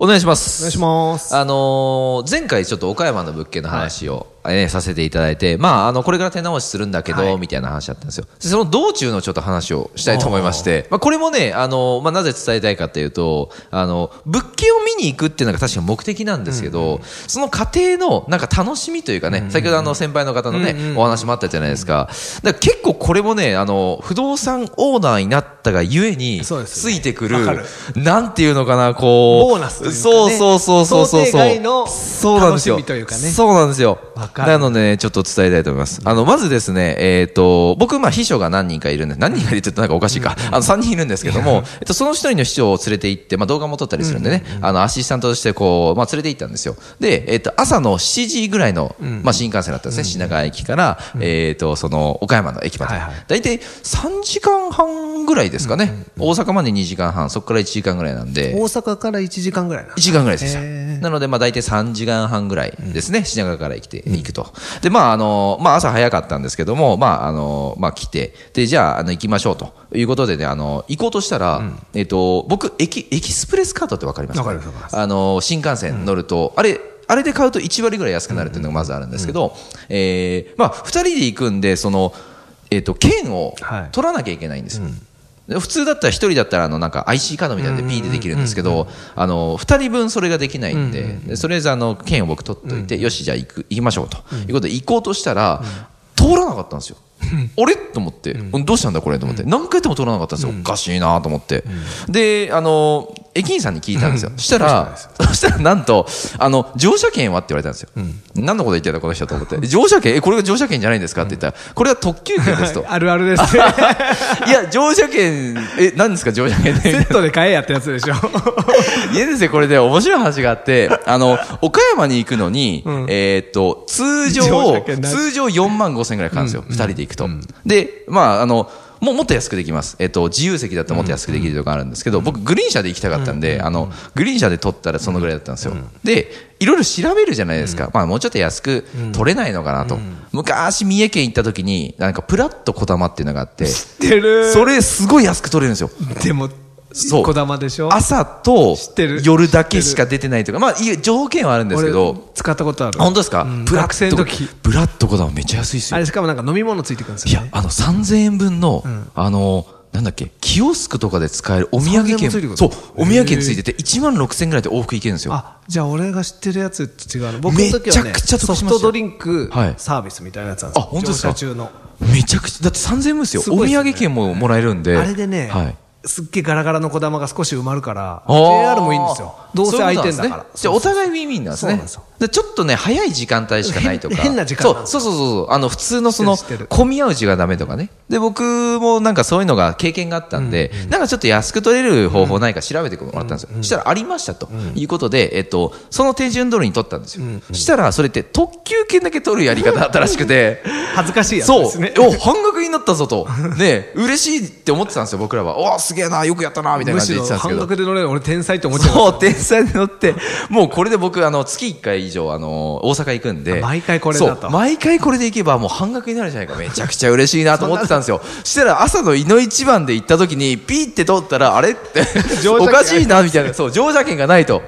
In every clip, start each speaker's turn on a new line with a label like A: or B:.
A: お願いします。
B: お願いします
A: あのー前回ちょっと岡山の物件の話を、えーさせていただいて、まあ、あの、これから手直しするんだけど、みたいな話だったんですよ。でその道中のちょっと話をしたいと思いまして、まあ、これもね、あのーまあ、なぜ伝えたいかというと、あの、物件を見に行くっていうのが確か目的なんですけど、その過程の、なんか楽しみというかね、先ほどあの、先輩の方のね、お話もあったじゃないですか。だから結構これもね、あの、不動産オーナーになったがゆえに、
B: そうです
A: つ
B: ね
A: いてくる
B: わかる、
A: なんていうのかな、こう、
B: ボーナスというかね
A: そうそうそうそうそうそう
B: 想定外の
A: そうなんですよ
B: 楽しみというかね
A: そうなんですよ
B: わかる
A: なのでねちょっと伝えたいと思いますあのまずですねえっ、と僕まあ秘書が何人かいるんで何人かいるって言うとなんかおかしいか、あの3人いるんですけども、えっと、その一人の秘書を連れて行って、まあ、動画も撮ったりするんでね、あのアシスタントとしてこう、まあ、連れて行ったんですよで、えっと、朝の7時ぐらいの、まあ、新幹線だったんですね、品川駅から、えっとその岡山の駅まで、
B: はいはい
A: 大体3時間半ぐらいですかね、大阪まで2時間半そこから1時間ぐらいなんで
B: 大阪から1時間ぐらいな
A: 1時間ぐらいでした。
B: へー
A: なので、まあ大体3時間半ぐらいですね、品川から来て、行くと。で、まああの、まあ朝早かったんですけども、まああの、まあ来て、で、じゃあ、あの、行きましょうということでね、あの、行こうとしたら、えっと、僕、エキ、エキスプレスカードってわかります
B: わかりますわかりま
A: あの、新幹線乗ると、あれ、あれで買うと1割ぐらい安くなるっていうのがまずあるんですけど、えーまあ2人で行くんで、その、えっと、券を
B: はい
A: 取らなきゃいけないんですよ。で普通だったら1人だったらあのなんか IC カードみたいなのでピーでできるんですけどあの2人分それができないんで,、でとりあえずあの券を僕取っといて、よしじゃあ行く行きましょうと、いうことで行こうとしたら、通らなかったんですよ。あれと思って、どうしたんだこれと思って、何回でも通らなかったんですよ、おかしいなと思って、であの駅員さんに聞いたんですよ、したらそしたらなんとあの乗車券はって言われたんですよ、何のこと言ってたこの人と思って乗車券えこれが乗車券じゃないんですかって言ったらこれは特急券ですと
B: のあるある ですね
A: いや、乗車券、え、何ですか、乗車券
B: セ
A: で。
B: ットで買えやってやつでし ょ
A: いやですね、これで面白い話があって、あの、岡山に行くのに、えーっと、通
B: 乗
A: 常、
B: 車券ない
A: 通常4万5千円ぐらいかかるんですよ、二人で行くと。で、まあ、あの、もうもっと安くできます。えっと、自由席だともっと安くできるとかあるんですけど、僕、グリーン車で行きたかったんで、あの、グリーン車で取ったらそのぐらいだったんですよ。で、いろいろ調べるじゃないですか。まあ、もうちょっと安く取れないのかなと。昔、三重県行った時に、なんか、プラッと小玉っていうのがあって、
B: てる
A: それすごい安く取れるんですよ。
B: でも
A: そう
B: こだまでしょ
A: 朝と
B: ってる
A: 夜だけしか出てないとか、まあ、いえ条件はあるんですけ
B: 俺
A: ど、
B: 使ったことある
A: あ本当ですか、
B: うん
A: ブラッ
B: 学生の時
A: ブラッドコダはめっちゃ安いです
B: あ
A: よ。
B: れしかもなんか飲み物ついてくるん
A: い
B: ですよ
A: や
B: ね、
A: あの、3000円分の、あの、なんだっけ、キオスクとかで使えるお土産
B: 3000
A: 券、
B: もついてくる
A: そう、お土産券ついてて、1万6000円ぐらいで往復いけるんですよ。
B: あじゃあ俺が知ってるやつと違うの僕の時は
A: め
B: ね
A: ちゃくちゃ得しま
B: ソ
A: した
B: フ
A: よ
B: トドリンク
A: はい
B: サービスみたいなやつなんですよ
A: あ本当ですか
B: 乗車中の
A: めちゃくちゃ、だって3000円分ですよ
B: す
A: お
B: ごい
A: 土
B: ですね
A: 産券ももらえるんで。
B: あれでね、
A: はい。
B: すっげえガラガラの小玉が少し埋まるから
A: あー
B: JR もいいんですよどうせ空いてん
A: そういうこ
B: だから
A: となんですねじゃあお互いウィンウィンなんです
B: そう
A: ね
B: なんですよ
A: でちょっとね早い時間帯しかないとか
B: 変変な時間なんです
A: そうそうそうそうあの普通のその
B: 知ってる知ってる
A: 混み合う時がダメとかねで僕もなんかそういうのが経験があったんで、なんかちょっと安く取れる方法ないか調べてもらったんですよ、そしたらありましたということで、えっと、その手順通りに取ったんですよ、そしたらそれって特急券だけ取るやり方だったらしく て
B: 恥ずかしいやつ
A: そ
B: で
A: う
B: すね。
A: お半額になったぞと。ね嬉しいって思ってたんですよ、僕らは。おーすげえな、よくやったな、みたいな
B: む
A: 感じで言
B: しろ
A: ってたんですけ
B: 半
A: ど。
B: 額で乗れる俺天才って思っちゃいま
A: そう、天才で乗って、もうこれで僕、あの、月1回以上、あの、大阪行くんで。
B: 毎回これだと
A: そう毎回これで行けばもう半額になるじゃないか。めちゃくちゃ嬉しいなと思ってたん ですよ。したら朝の井の一番で行った時に、ピーって通ったら、あれって、
B: 乗車券
A: おかしいな、みたいな。そう、乗車券がないと。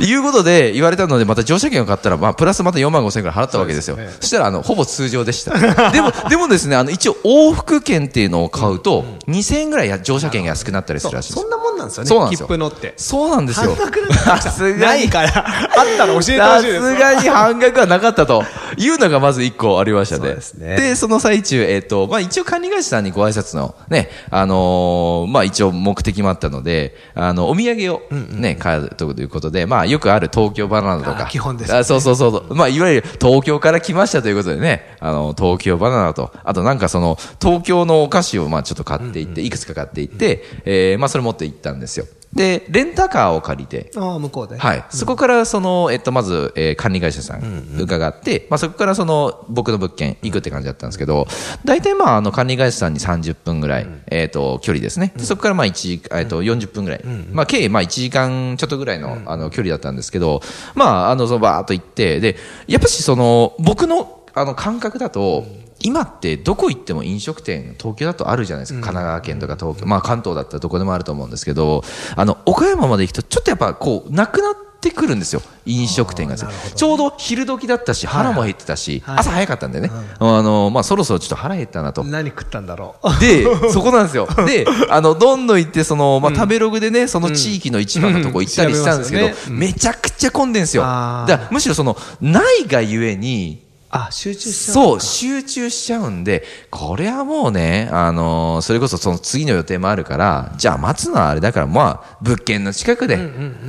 A: いうことで言われたので、また乗車券を買ったら、まあ、プラスまた4万5千円くらい払ったわけですよ。そ
B: そうですね
A: したら、あの、ほぼ通常でした。でも、 でもですね、あの、一応往復券っていうのを買うと、2000円ぐらいや乗車券が安くなったりするらしい
B: す。
A: です
B: そんなもんなんですよね。
A: そうなんですよ
B: 切符 乗って。
A: そうなんですよ。
B: 半額
A: さ すが
B: な
A: に
B: い、から、 あったら教えてほ
A: さ
B: しいですす。
A: がに半額はなかった というのがまず一個ありましたね。
B: そうですね
A: でその最中、えっ、と、まあ一応管理会社さんにご挨拶のね、あのーまあ一応目的もあったので、あの、お土産をね、買うということで、まあよくある東京バナナとか。
B: あ基本ですね
A: あそうそうそうそう。まあいわゆる東京から来ましたということでね、あの、東京バナナと、あとなんかその、東京のお菓子をまあちょっと買っていって、いくつか買っていって、えーまあそれ持って行ったんですよ。で、レンタカーを借りて、
B: ああ、向こうで。
A: はい、そこからその、えっと、まず、えー管理会社さん伺って、まあ、そこからその僕の物件行くって感じだったんですけど、大体まああの管理会社さんに30分ぐらい、えっと距離ですね、でそこからまあ1時、えっと40分ぐらい、まあ、計まあ1時間ちょっとぐらいの,、あの距離だったんですけど、まあ、あのそのバーっと行って、でやっぱしその僕のあの感覚だと、今ってどこ行っても飲食店、東京だとあるじゃないですか、神奈川県とか東京、まあ、関東だったらどこでもあると思うんですけど、あの岡山まで行くと、ちょっとやっぱこうなくなってくるんですよ、飲食店がですね、ちょうど昼時だったし、腹も減ってたし、
B: はいはい
A: 朝早かったんでね、あのまあ、そろそろちょっと腹減ったなと、
B: 何食ったんだろう。
A: で、そこなんですよ。で、あの、どんどん行って、その、まあ、食べログでね、その地域の市場のとこ行ったりしたんですけど、
B: うんうん調べますよね
A: めちゃくちゃ混んでんですよ。だ
B: あ
A: か
B: ー
A: らむしろその、ないがゆえに、
B: あ、集中しちゃう。
A: そう、集中しちゃうんで、これはもうね、あのーそれこそその次の予定もあるから、じゃあ待つのはあれだから、まあ、物件の近くで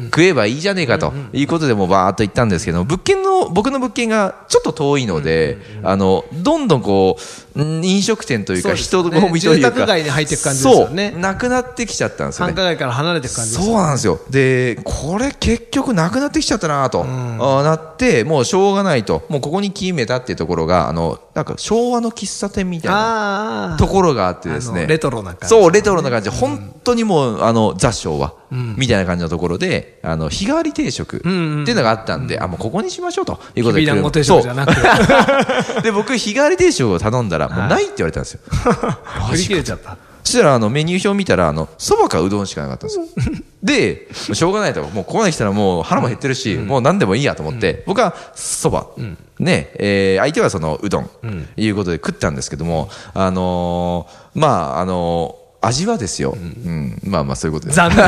A: 食えばいいじゃねえかということでもうバーっと行ったんですけど、物件の、僕の物件がちょっと遠いので、あの、どんどんこう、ん飲食店という
B: そう
A: か
B: ですよ
A: 人
B: ね
A: 混みというか、
B: 住宅街に入ってく感じですよね
A: そう、なくなってきちゃったんですよ
B: 繁
A: ね
B: 華。街から離れていく感じです
A: そうなんですよでこれ結局なくなってきちゃったなと、あーなってもうしょうがないともうここに決めたっていうところがあのなんか昭和の喫茶店みたいな
B: ああ。
A: ところがあってです
B: あ
A: ね
B: のレトロな感じ
A: そうレトロな感じ本当にもうあの雑昭和みたいな感じのところであの日替わり定食っていうのがあったんで、あもうここにしましょうということで
B: きびだんご定食じゃなくて。
A: そう で僕日替わり定食を頼んだらもうないって言われたんですよ
B: 振り切れちゃった。
A: そしたらあのメニュー表見たらあのそばかうどんしかなかったんですよでしょうがないともうここまで来たらもう腹も減ってるし、もう何でもいいやと思って、僕はそば、ねえー相手はそのうどん、いうことで食ったんですけどもあのーまああのー味はですよ、うんまあまあそういうこと です
B: 残念。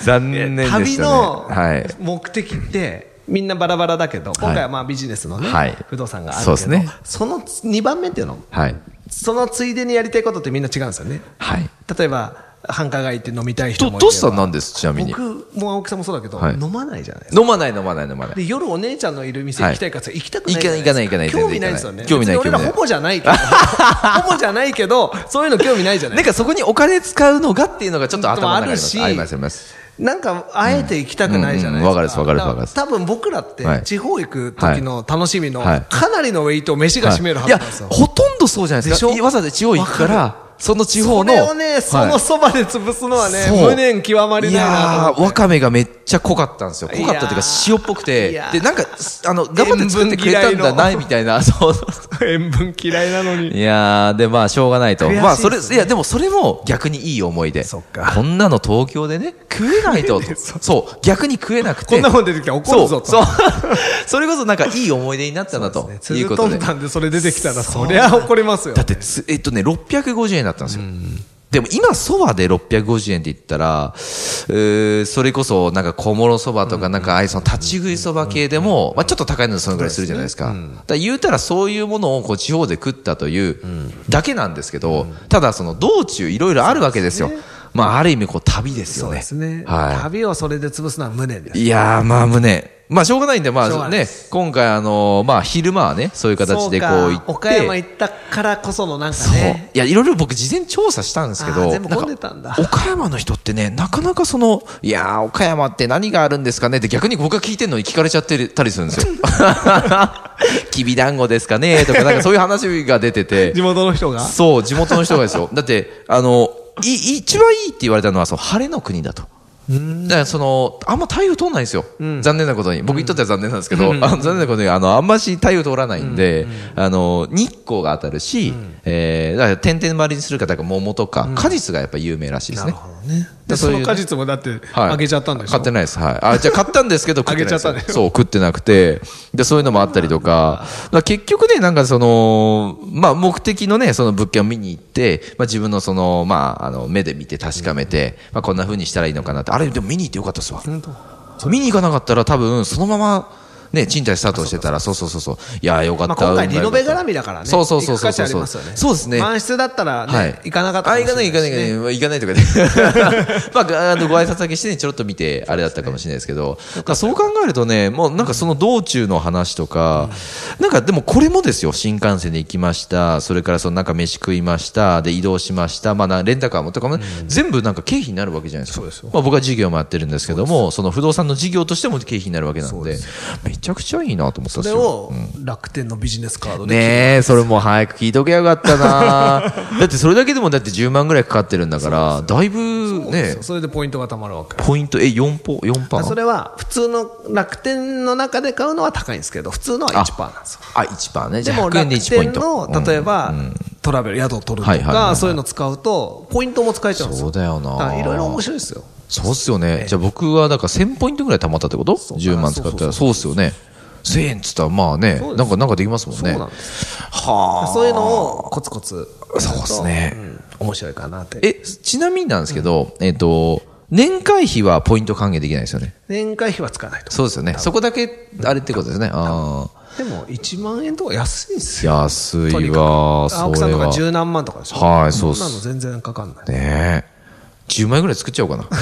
A: 残念でしたね
B: 旅の
A: はい
B: 目的って、みんなバラバラだけど、今回はまあビジネスのね、
A: はい
B: 不動産があるけ
A: そう
B: ど、
A: ですね
B: その2番目っていうの
A: はい
B: そのついでにやりたいことってみんな違うんですよね。
A: はい
B: 例えば、繁華街行って飲みたい人
A: と
B: もいれば
A: どうしたなんですちなみに
B: 僕も青木さんもそうだけど、
A: はい
B: 飲まないじゃないですか。
A: 飲まない飲まない飲まない
B: で夜お姉ちゃんのいる店行きたいかって言ったら行きたく
A: はい
B: ないじゃ
A: 行かない
B: です
A: 行かない行かない
B: 興味ないですよね
A: 興味ない興
B: 別に
A: 味
B: 俺
A: な
B: ら
A: い
B: ほぼじゃないけど ほぼじゃないけどそういうの興味ないじゃな
A: なん
B: い
A: かそこにお金使うのがっていうのがちょっと頭の中にあります
B: でも
A: あ
B: あるし
A: りますあります
B: なんかあえて行きたくないじゃな
A: うんうん
B: いです
A: うんわかるですわかるですわかるです
B: だら多分僕らって
A: はい
B: 地方行く時の楽しみの
A: はい
B: かなりのウェイトを飯が占めるはいずな
A: や
B: んですよ、
A: ほとんどそうじゃないですか。
B: でしょ
A: わざわざ地方行くから、その地方
B: そ
A: の。
B: れをねそ
A: は
B: の
A: い
B: そばで潰すのはね
A: そう
B: 無念極まり
A: い
B: ないな
A: や
B: と
A: ー、
B: 思
A: わ
B: って
A: かめがめっちゃ濃かったんですよ。濃かったというか
B: いやー
A: 塩っぽくて
B: いや、ー
A: で、なんか、すあの、頑張って作ってくれたん
B: 塩分嫌
A: だ
B: いの
A: ないみたいな、そうそう そ
B: 塩分嫌いなの
A: う。
B: に
A: いやー、で、まあ、しょうがないと。
B: 悔しいですね
A: まあ、それ、いや、でもそれも逆にいい思い出。
B: そっか
A: こんなの東京でね、食えない と。そう、逆に食えなくて。
B: こんなもん出てきたら怒るぞと
A: そう、 そう。それこそなんかいい思い出になったなと。
B: ツ
A: いう
B: ル
A: こ
B: ト
A: と
B: ン
A: で。
B: タンでそれ出てきたらそりゃ怒りますよ
A: だってつ、えっとね、650円だったんですよ。でも今、そばで650円って言ったら、えーそれこそ、なんか小諸そばとか、なんかああいうその立ち食いそば系でも、まあちょっと高いのでそのぐらいするじゃないですか。だから言うたらそういうものをこう地方で食ったというだけなんですけど、ただその道中いろいろあるわけですよ。まあある意味こう旅です
B: そ
A: よ
B: う
A: ね。
B: ですね、
A: はい。
B: 旅をそれで潰すのは無念です
A: いやー、まあ、胸。まあ、しょうがないんで、ま
B: しょうが
A: あ
B: ないで
A: ね、今回、あのーまあ、昼間はね、そういう形でこう
B: そ
A: 行っ
B: か
A: て。
B: 岡山行ったからこそのなんかね
A: そういや、いろいろ僕、事前調査したんですけ
B: あ
A: ど、
B: ー全部
A: なん
B: 混
A: か
B: んでたんだ
A: 岡山の人ってね、なかなかその、いやー、岡山って何があるんですかねって、逆に僕が聞いてるのに聞かれちゃってたりするん ですよ。きびだんごですかねとか、なんかそういう話が出て て
B: 地、元の人が
A: そう、地元の人がです よ。だって、あの、い一番いいって言われたのは、その晴れの国だと。だからそのあんま台風通らないんですよ、残念なことに、僕言っとったら残念なんですけど、あの残念なことにあの、あんまし台風通らないんで、あの日光が当たるし、えーだから点々丸にするか、だから桃とか、果実がやっぱ有名らしいですね。
B: で
A: そ
B: そう
A: いう
B: の果実もだって
A: はい
B: あげちゃったんでし
A: 買
B: ょ
A: ってないです。はい。あ、じゃあ買ったんですけ ど、食ってないです
B: あげちゃったね
A: そう、食ってなくて。で、そういうのもあったりと か。だから結局ね、なんかその、まあ、目的のね、その物件を見に行って、まあ、自分のその、まあ、あの、目で見て確かめて、まあ、こんな風にしたらいいのかなって。あれ、でも見に行ってよかったっすわ。
B: 本当
A: 見に行かなかったら多分、そのまま、ね、賃貸スタートしてたら、そうそうそうそう、いやー、よかった、
B: まあ、今回
A: 運が
B: リ
A: 良か
B: ノ
A: った
B: ベ絡みだからね。
A: そうそうそうそう
B: 行く価値
A: そう
B: ありますよね。
A: そうですね。
B: 満室だったらね、行かなかった
A: あ
B: もし
A: 行
B: れ
A: かない行かない
B: しね
A: 行かない行かないとかねまああのご挨拶だけしてねちょろっと見てあれだったかもしれないですけどだからそう考えるとねもうなんかその道中の話とか、なんかでもこれもですよ新幹線で行きましたそれからそのなんか飯食いましたで移動しましたまあなレンタカーもとかもね、全部なんか経費になるわけじゃないですか
B: そうですよ
A: まあ僕は事業もやってるんですけどもその不動産の事業としても経費になるわけなんでめちゃくちゃいいなと思った
C: そ
A: んです
C: れ
A: よ
C: を楽天のビジネスカードで切る
A: ねえ、それもう早く聞いとけよかった なだってそれだけでもだって10万ぐらいかかってるんだから、だいぶね
C: そう、それでポイントがたまるわけ。
A: ポイント、え、4ポ、4パ
B: あそ
A: ー
B: れは普通の楽天の中で買うのは高いんですけど、普通のは1%なんですよ。
A: あ、1パーね。じ
B: で
A: ゃあ100
B: も
A: 円
B: 楽
A: で1ポイント。
B: 天の
A: うん
B: 例えば、
C: トラベル、宿を取ると
A: はいはいはいは
C: か
B: が
A: い、
B: そういうの使うと、ポイントも使えちゃうんですよ。
A: そうだよ
B: だか
A: な
B: らいろいろ面白いですよ。
A: そうっすよね。じゃあ僕はだから1000ポイントぐらい貯まったってこと
B: うか
A: ?10 万使ったら。そうっすよね。1000円っつったらまあね、
B: そうです
A: なんか、なんかできますもん
B: そう
A: ね。
B: なんです。そういうのをコツコツ。
A: そうですね
B: うん。面白いかなって。
A: え、ちなみになんですけど、えっと、年会費はポイント還元できないですよね。
B: 年会費は使わないと。
A: そうですよね。そこだけ、あれってことですね。ああ。
B: でも1万円とか安いんですよ。
A: 安
B: と
A: い
B: に
A: わ、
B: かく
A: そ
B: 青木さん
A: れ
B: と
A: は
B: か。十何万とかでしょ。
A: はいそうっす
B: そんなの全然かかんない。
A: ねえ。10枚ぐらい作っちゃおうかな。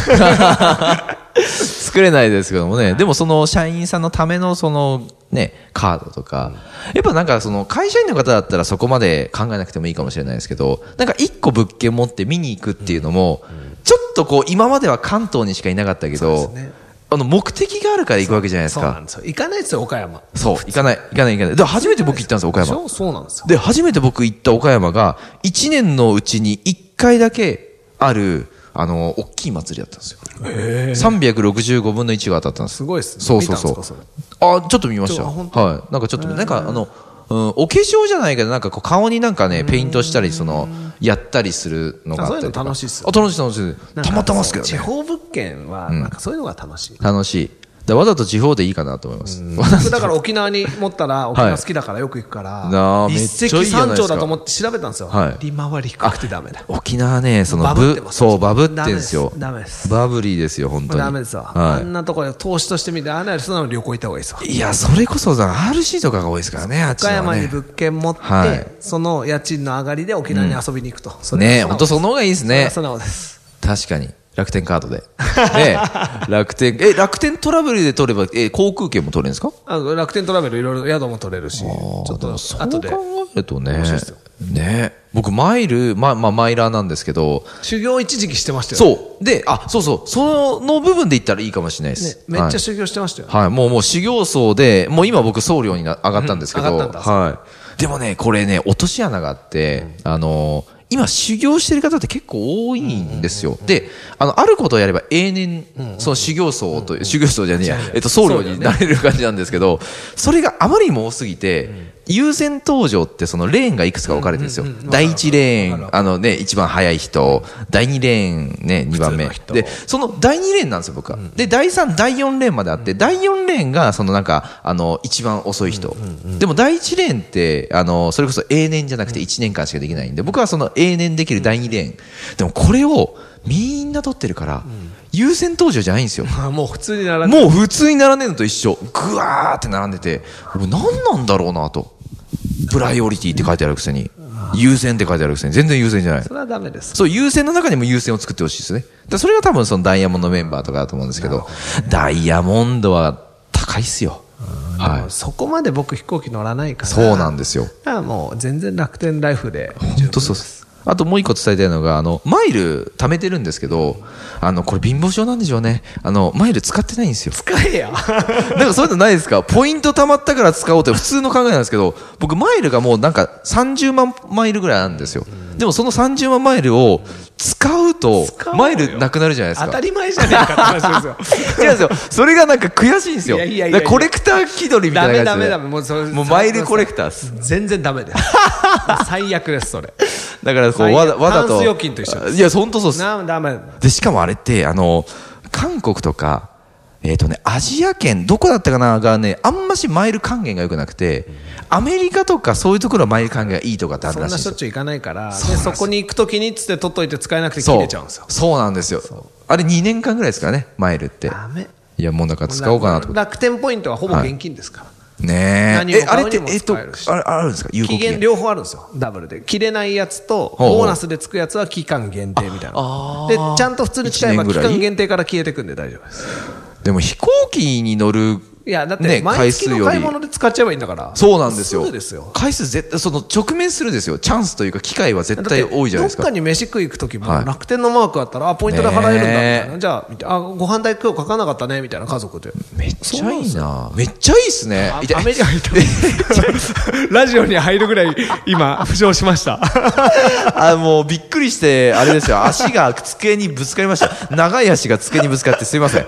A: 作れないですけどもね。でもその社員さんのためのそのね、カードとか。やっぱなんかその会社員の方だったらそこまで考えなくてもいいかもしれないですけど、なんか一個物件持って見に行くっていうのも、ちょっとこう今までは関東にしかいなかったけど、
B: ね
A: あの目的があるから行くわけじゃないです
B: そうな
A: か
B: ん。ですよ。行かないですよ、岡山。
A: そう行かない、行かない、行かない。で、初めて僕行ったんですよ、岡
B: でし
A: 山。
B: ょそうなんですよ。
A: で、初めて僕行った岡山が、1年のうちに1回だけある、あの、大きい祭りだったんですよ。365分の1が当たったんです。
B: すごいっすね
A: そうそうそ
B: 見た
A: う。
B: んですか
A: あ、ちょっと見まし
B: ち
A: た。
B: ょあ本
A: はい。なんかちょっと、なんかあの、うん、お化粧じゃないけど、なんかこう顔になんかね、ペイントしたり、その、やったりするのがあったりとか
B: あそういうの楽しいっすよ
A: あ、楽しい楽しい。たまたまっすけど
B: 地
A: ね。
B: 方物件は、なんかそういうのが楽しい。
A: 楽しい。だわざと地方でいいかなと思います。わざと
B: 僕 だから沖縄に持ったら、沖縄好きだからよく行くか
A: な
B: ら
A: あ、めっ
B: 一
A: ちゃいい
B: 石
A: じゃない
B: 三
A: ですか
B: 鳥だと思って調べたんですよ
A: はい。
B: 利回り低くてダメだ。
A: 沖縄ね、その
B: バブってます
A: そう、バブってんですよ。
B: ダメですダメで
A: バ
B: す
A: ブリーですよ、本当に。
B: ダメですわ。あん
A: は
B: なところで投資として見て、あんなよりそんなの旅行行った方がいいですわ。
A: い。いや、それこそさ、RC とかが多いですからね、あっち
B: 岡
A: のは
B: 山に
A: ね。
B: 物件持って、
A: はい
B: その家賃の上がりで沖縄に遊びに行くと。それ
A: ね
B: は
A: 本当その方がいいですね。
B: 素直です。
A: 確かに。楽天カードで。 ね楽天、え、楽天トラブルで取れば、え、航空券も取れるんですか
B: あの楽天トラベルいろいろ宿も取れるし、ちょっと
A: そう
B: 後
A: 考
B: で
A: えるとね、ね僕、マイル、ま、まあ、マイラーなんですけど、
B: 修行一時期してましたよ。
A: そう。で、あ、そうそう。その部分で言ったらいいかもしれないで
B: ね
A: す。
B: めっ
A: はい
B: ちゃ修行してましたよ。
A: はい、もうもう修行僧で、もう今僕僧侶にな上がったんですけど、
B: うん上がったんだ
A: はい。でもね、これね、落とし穴があって、あのー今修行してる方って結構多いんですよ。で、あの、あることをやれば永年、その修行僧という、修行僧じゃねえや、えっと、僧侶になれる感じなんですけど、それがあまりにも多すぎて、優先登場ってそのレーンがいくつか分かれてるんですよ。第一レーン、あのね、一番早い人、第二レーンね、二番目。で、その第2レーンなんですよ、僕は。で、第3、第4レーンまであって、第4レーンが、そのなんか、あの、一番遅い人。でも、第1レーンって、あの、それこそ永年じゃなくて1年間しかできないんで、僕はその永年できる第2レーン。でも、これをみんな取ってるから、優先登場じゃないんですよ。
B: あ もう普通に並んで
A: もう普通に並んでるのと一緒。ぐわーって並んでて、俺何なんだろうなと。プライオリティって書いてあるくせに、優先って書いてあるくせに、全然優先じゃない
B: そ。れはダメです。
A: そう、優先の中にも優先を作ってほしいですね。だそれが多分そのダイヤモンドメンバーとかだと思うんですけど、ダイヤモンドは高いっすよ。はい。
B: そこまで僕飛行機乗らないから。
A: そうなんですよ。
B: だからもう全然楽天ライフで。
A: 本当そうです。あともう一個伝えたいのが、あの、マイル貯めてるんですけど、あの、これ貧乏症なんでしょうね。あの、マイル使ってないんですよ。
B: 使えや。
A: なんかそういうのないですかポイント貯まったから使おうって普通の考えなんですけど、僕マイルがもうなんか30万マイルぐらいあるんですよ。でもその30万マイルを使うと
B: 使お、うよ
A: マイルなくなるじゃないです
B: 当
A: か
B: た。り前じゃねえかって話ですよ。
A: 違うんですよ。それがなんか悔しいんですよ。
B: いやいやいやい
A: だ
B: や
A: からコレクター気取りみたいな感じで。
B: ダメダメダメもうそれ
A: もうマイルコレクターです。
B: 全然ダメです。最悪です、それ。
A: だからこう、
B: 最悪
A: わざわざ
B: タン
A: と。
B: ス預金と一緒で
A: いや、本当そうです。
B: なダメ。
A: で、しかもあれって、あの、韓国とか、えっ、とね、アジア圏、どこだったかながね、あんましマイル還元が良くなくて、アメリカとかそういうところはマイル還元がいいとかってある
B: そん
A: らしい
B: なん
A: で
B: し
A: す
B: ょっ
A: よ。
B: ちゅう行かないから、でそこに行くときにっつって取っといて使えなくて切
A: そ
B: れ
A: う
B: ちゃうんですよ。
A: そうなんですよ。あれ2年間ぐらいですからね、マイルって。
B: ダメ。
A: いや、もうだから使おうかなと思っ
B: 楽天ポイントはほぼ現金ですから。
A: て。ね
B: 何
A: え。え、
B: も
A: あれって
B: 何、も
A: えっと、あ
B: 使え
A: れ
B: るし、
A: あるんですか有効
B: 期
A: 期
B: 限
A: 限。
B: 両方あるんですよ、ダブルで。切れないやつと、
A: ほうほう
B: ボーナスでつくやつは期間限定みたいな。で、ちゃんと普通に使えば
A: 一年ぐ
B: 期
A: らい
B: 間限定から消えてくんで大丈夫です。
A: でも飛行機に乗る、
B: いや、だっ
A: ね
B: て、毎月の買い物で使っちゃえばいいんだから。
A: そうなんですよ。
B: そうですよ。
A: 回数絶対、その直面するですよ。チャンスというか機会は絶対多いじゃないです
B: ど
A: か
B: っか。に飯食い行くときも
A: はい
B: 楽天のマークあったら、あ、ポイントで払えるんだみたい
A: ね
B: な。
A: え
B: じゃあみたいな、あ、ご飯代今日書かなかったね、みたいな家族で。
A: めっちゃいいなめっちゃいいっすね。
B: あ
A: いや
B: アメリカ に
C: ラジオに入るぐらい、今、浮上しました。
A: あ、もうびっくりして、あれですよ。足が机にぶつかりました。長い足が机にぶつかってすい ません。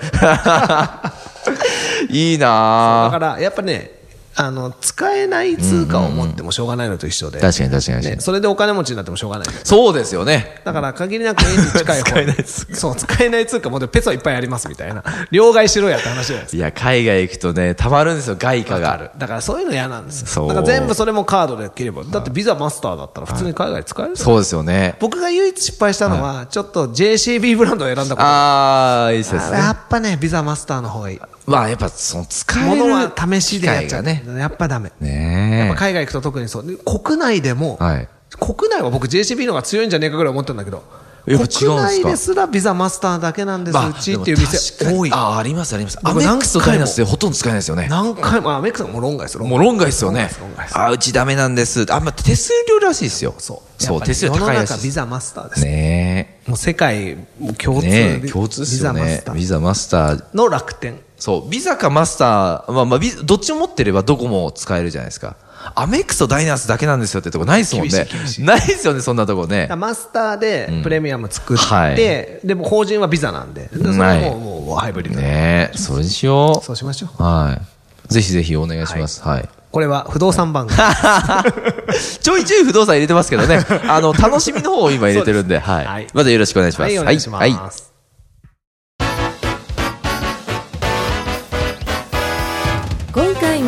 A: いい
B: だ
A: な
B: から、やっぱね、あの、使えない通貨を持ってもしょうがないのと一緒で。
A: 確かに確かに確かに
B: ねそれでお金持ちになってもしょうがない。
A: そうですよね。
B: だから、限りなく円に近い方。使えない通貨。そう、使えない通貨、もうでペソいっぱいありますみたいな。両替しろやって話じゃないですか。
A: いや、海外行くとね、たまるんですよ、外貨
B: わか
A: が
B: る。だからそういうの嫌なんです
A: そ
B: よ。
A: う
B: だから全部それもカードで切れば。だってビザマスターだったら普通に海外使えるじゃん
A: そうですよね。
B: 僕が唯一失敗したのは、ちょっと JCB ブランドを選んだこと。
A: あー、いいですね。
B: やっぱね、ビザマスターの方がいい。
A: まあ、やっぱ、その使え
B: も
A: る
B: のは試しでやっ
A: 機
B: ちゃ
A: 会
B: う。
A: がね。
B: やっぱダメ。
A: ねえ。
B: 海外行くと特にそう。で国内でも、
A: はい
B: 国内は僕 JCB の方が強いんじゃねえかぐらい思ったんだけど、
A: や
B: 国
A: っぱ違うんですか
B: 内ですらビザマスターだけなんです、うちっていう店
A: でも
B: 多い
A: 確かに。あー、ありますあります。ア
B: 僕
A: メ
B: 何回も
A: ックスとダイナスでほとんど使えないですよね。
B: 何回も、あ、メックさんも論外です、
A: もう論外ですよね
B: 論外で。す
A: あ、うちダメなんです。あんま手数料らしいですよ。
B: そう。
A: そう、手数料高い
B: 世の
A: らしい
B: 中
A: で
B: ビ
A: す。
B: ザマスターです。
A: ね
B: もう世界共
A: え。
B: 通、
A: ねえ、共通ですよ
B: ビザマ
A: ね
B: スタ。
A: ビ
B: ー
A: ザマスター。
B: の楽天。
A: そう、ビザかマスター、まあまあ、ビどっちも持ってればどこも使えるじゃないですか。アメックスとダイナースだけなんですよってとこないですもんね。ないですよね、そんなとこ
B: だ
A: ね
B: から。マスターでプレミアム作って、
A: はい
B: でも法人はビザなんで、でそれ
A: は
B: はいもうもうもうハイブリッド、
A: ねえ、それにしよ
B: そうしましょう。
A: う。はい。ぜひぜひお願いします。はい。
B: これは不動産番組。
A: ちょいちょい不動産入れてますけどね。あの、楽しみの方を今入れてるんで、はい。
B: はい
A: またよろしくお願いしま
B: は
A: す。
B: い、お願いします。
A: はいはい
D: 今回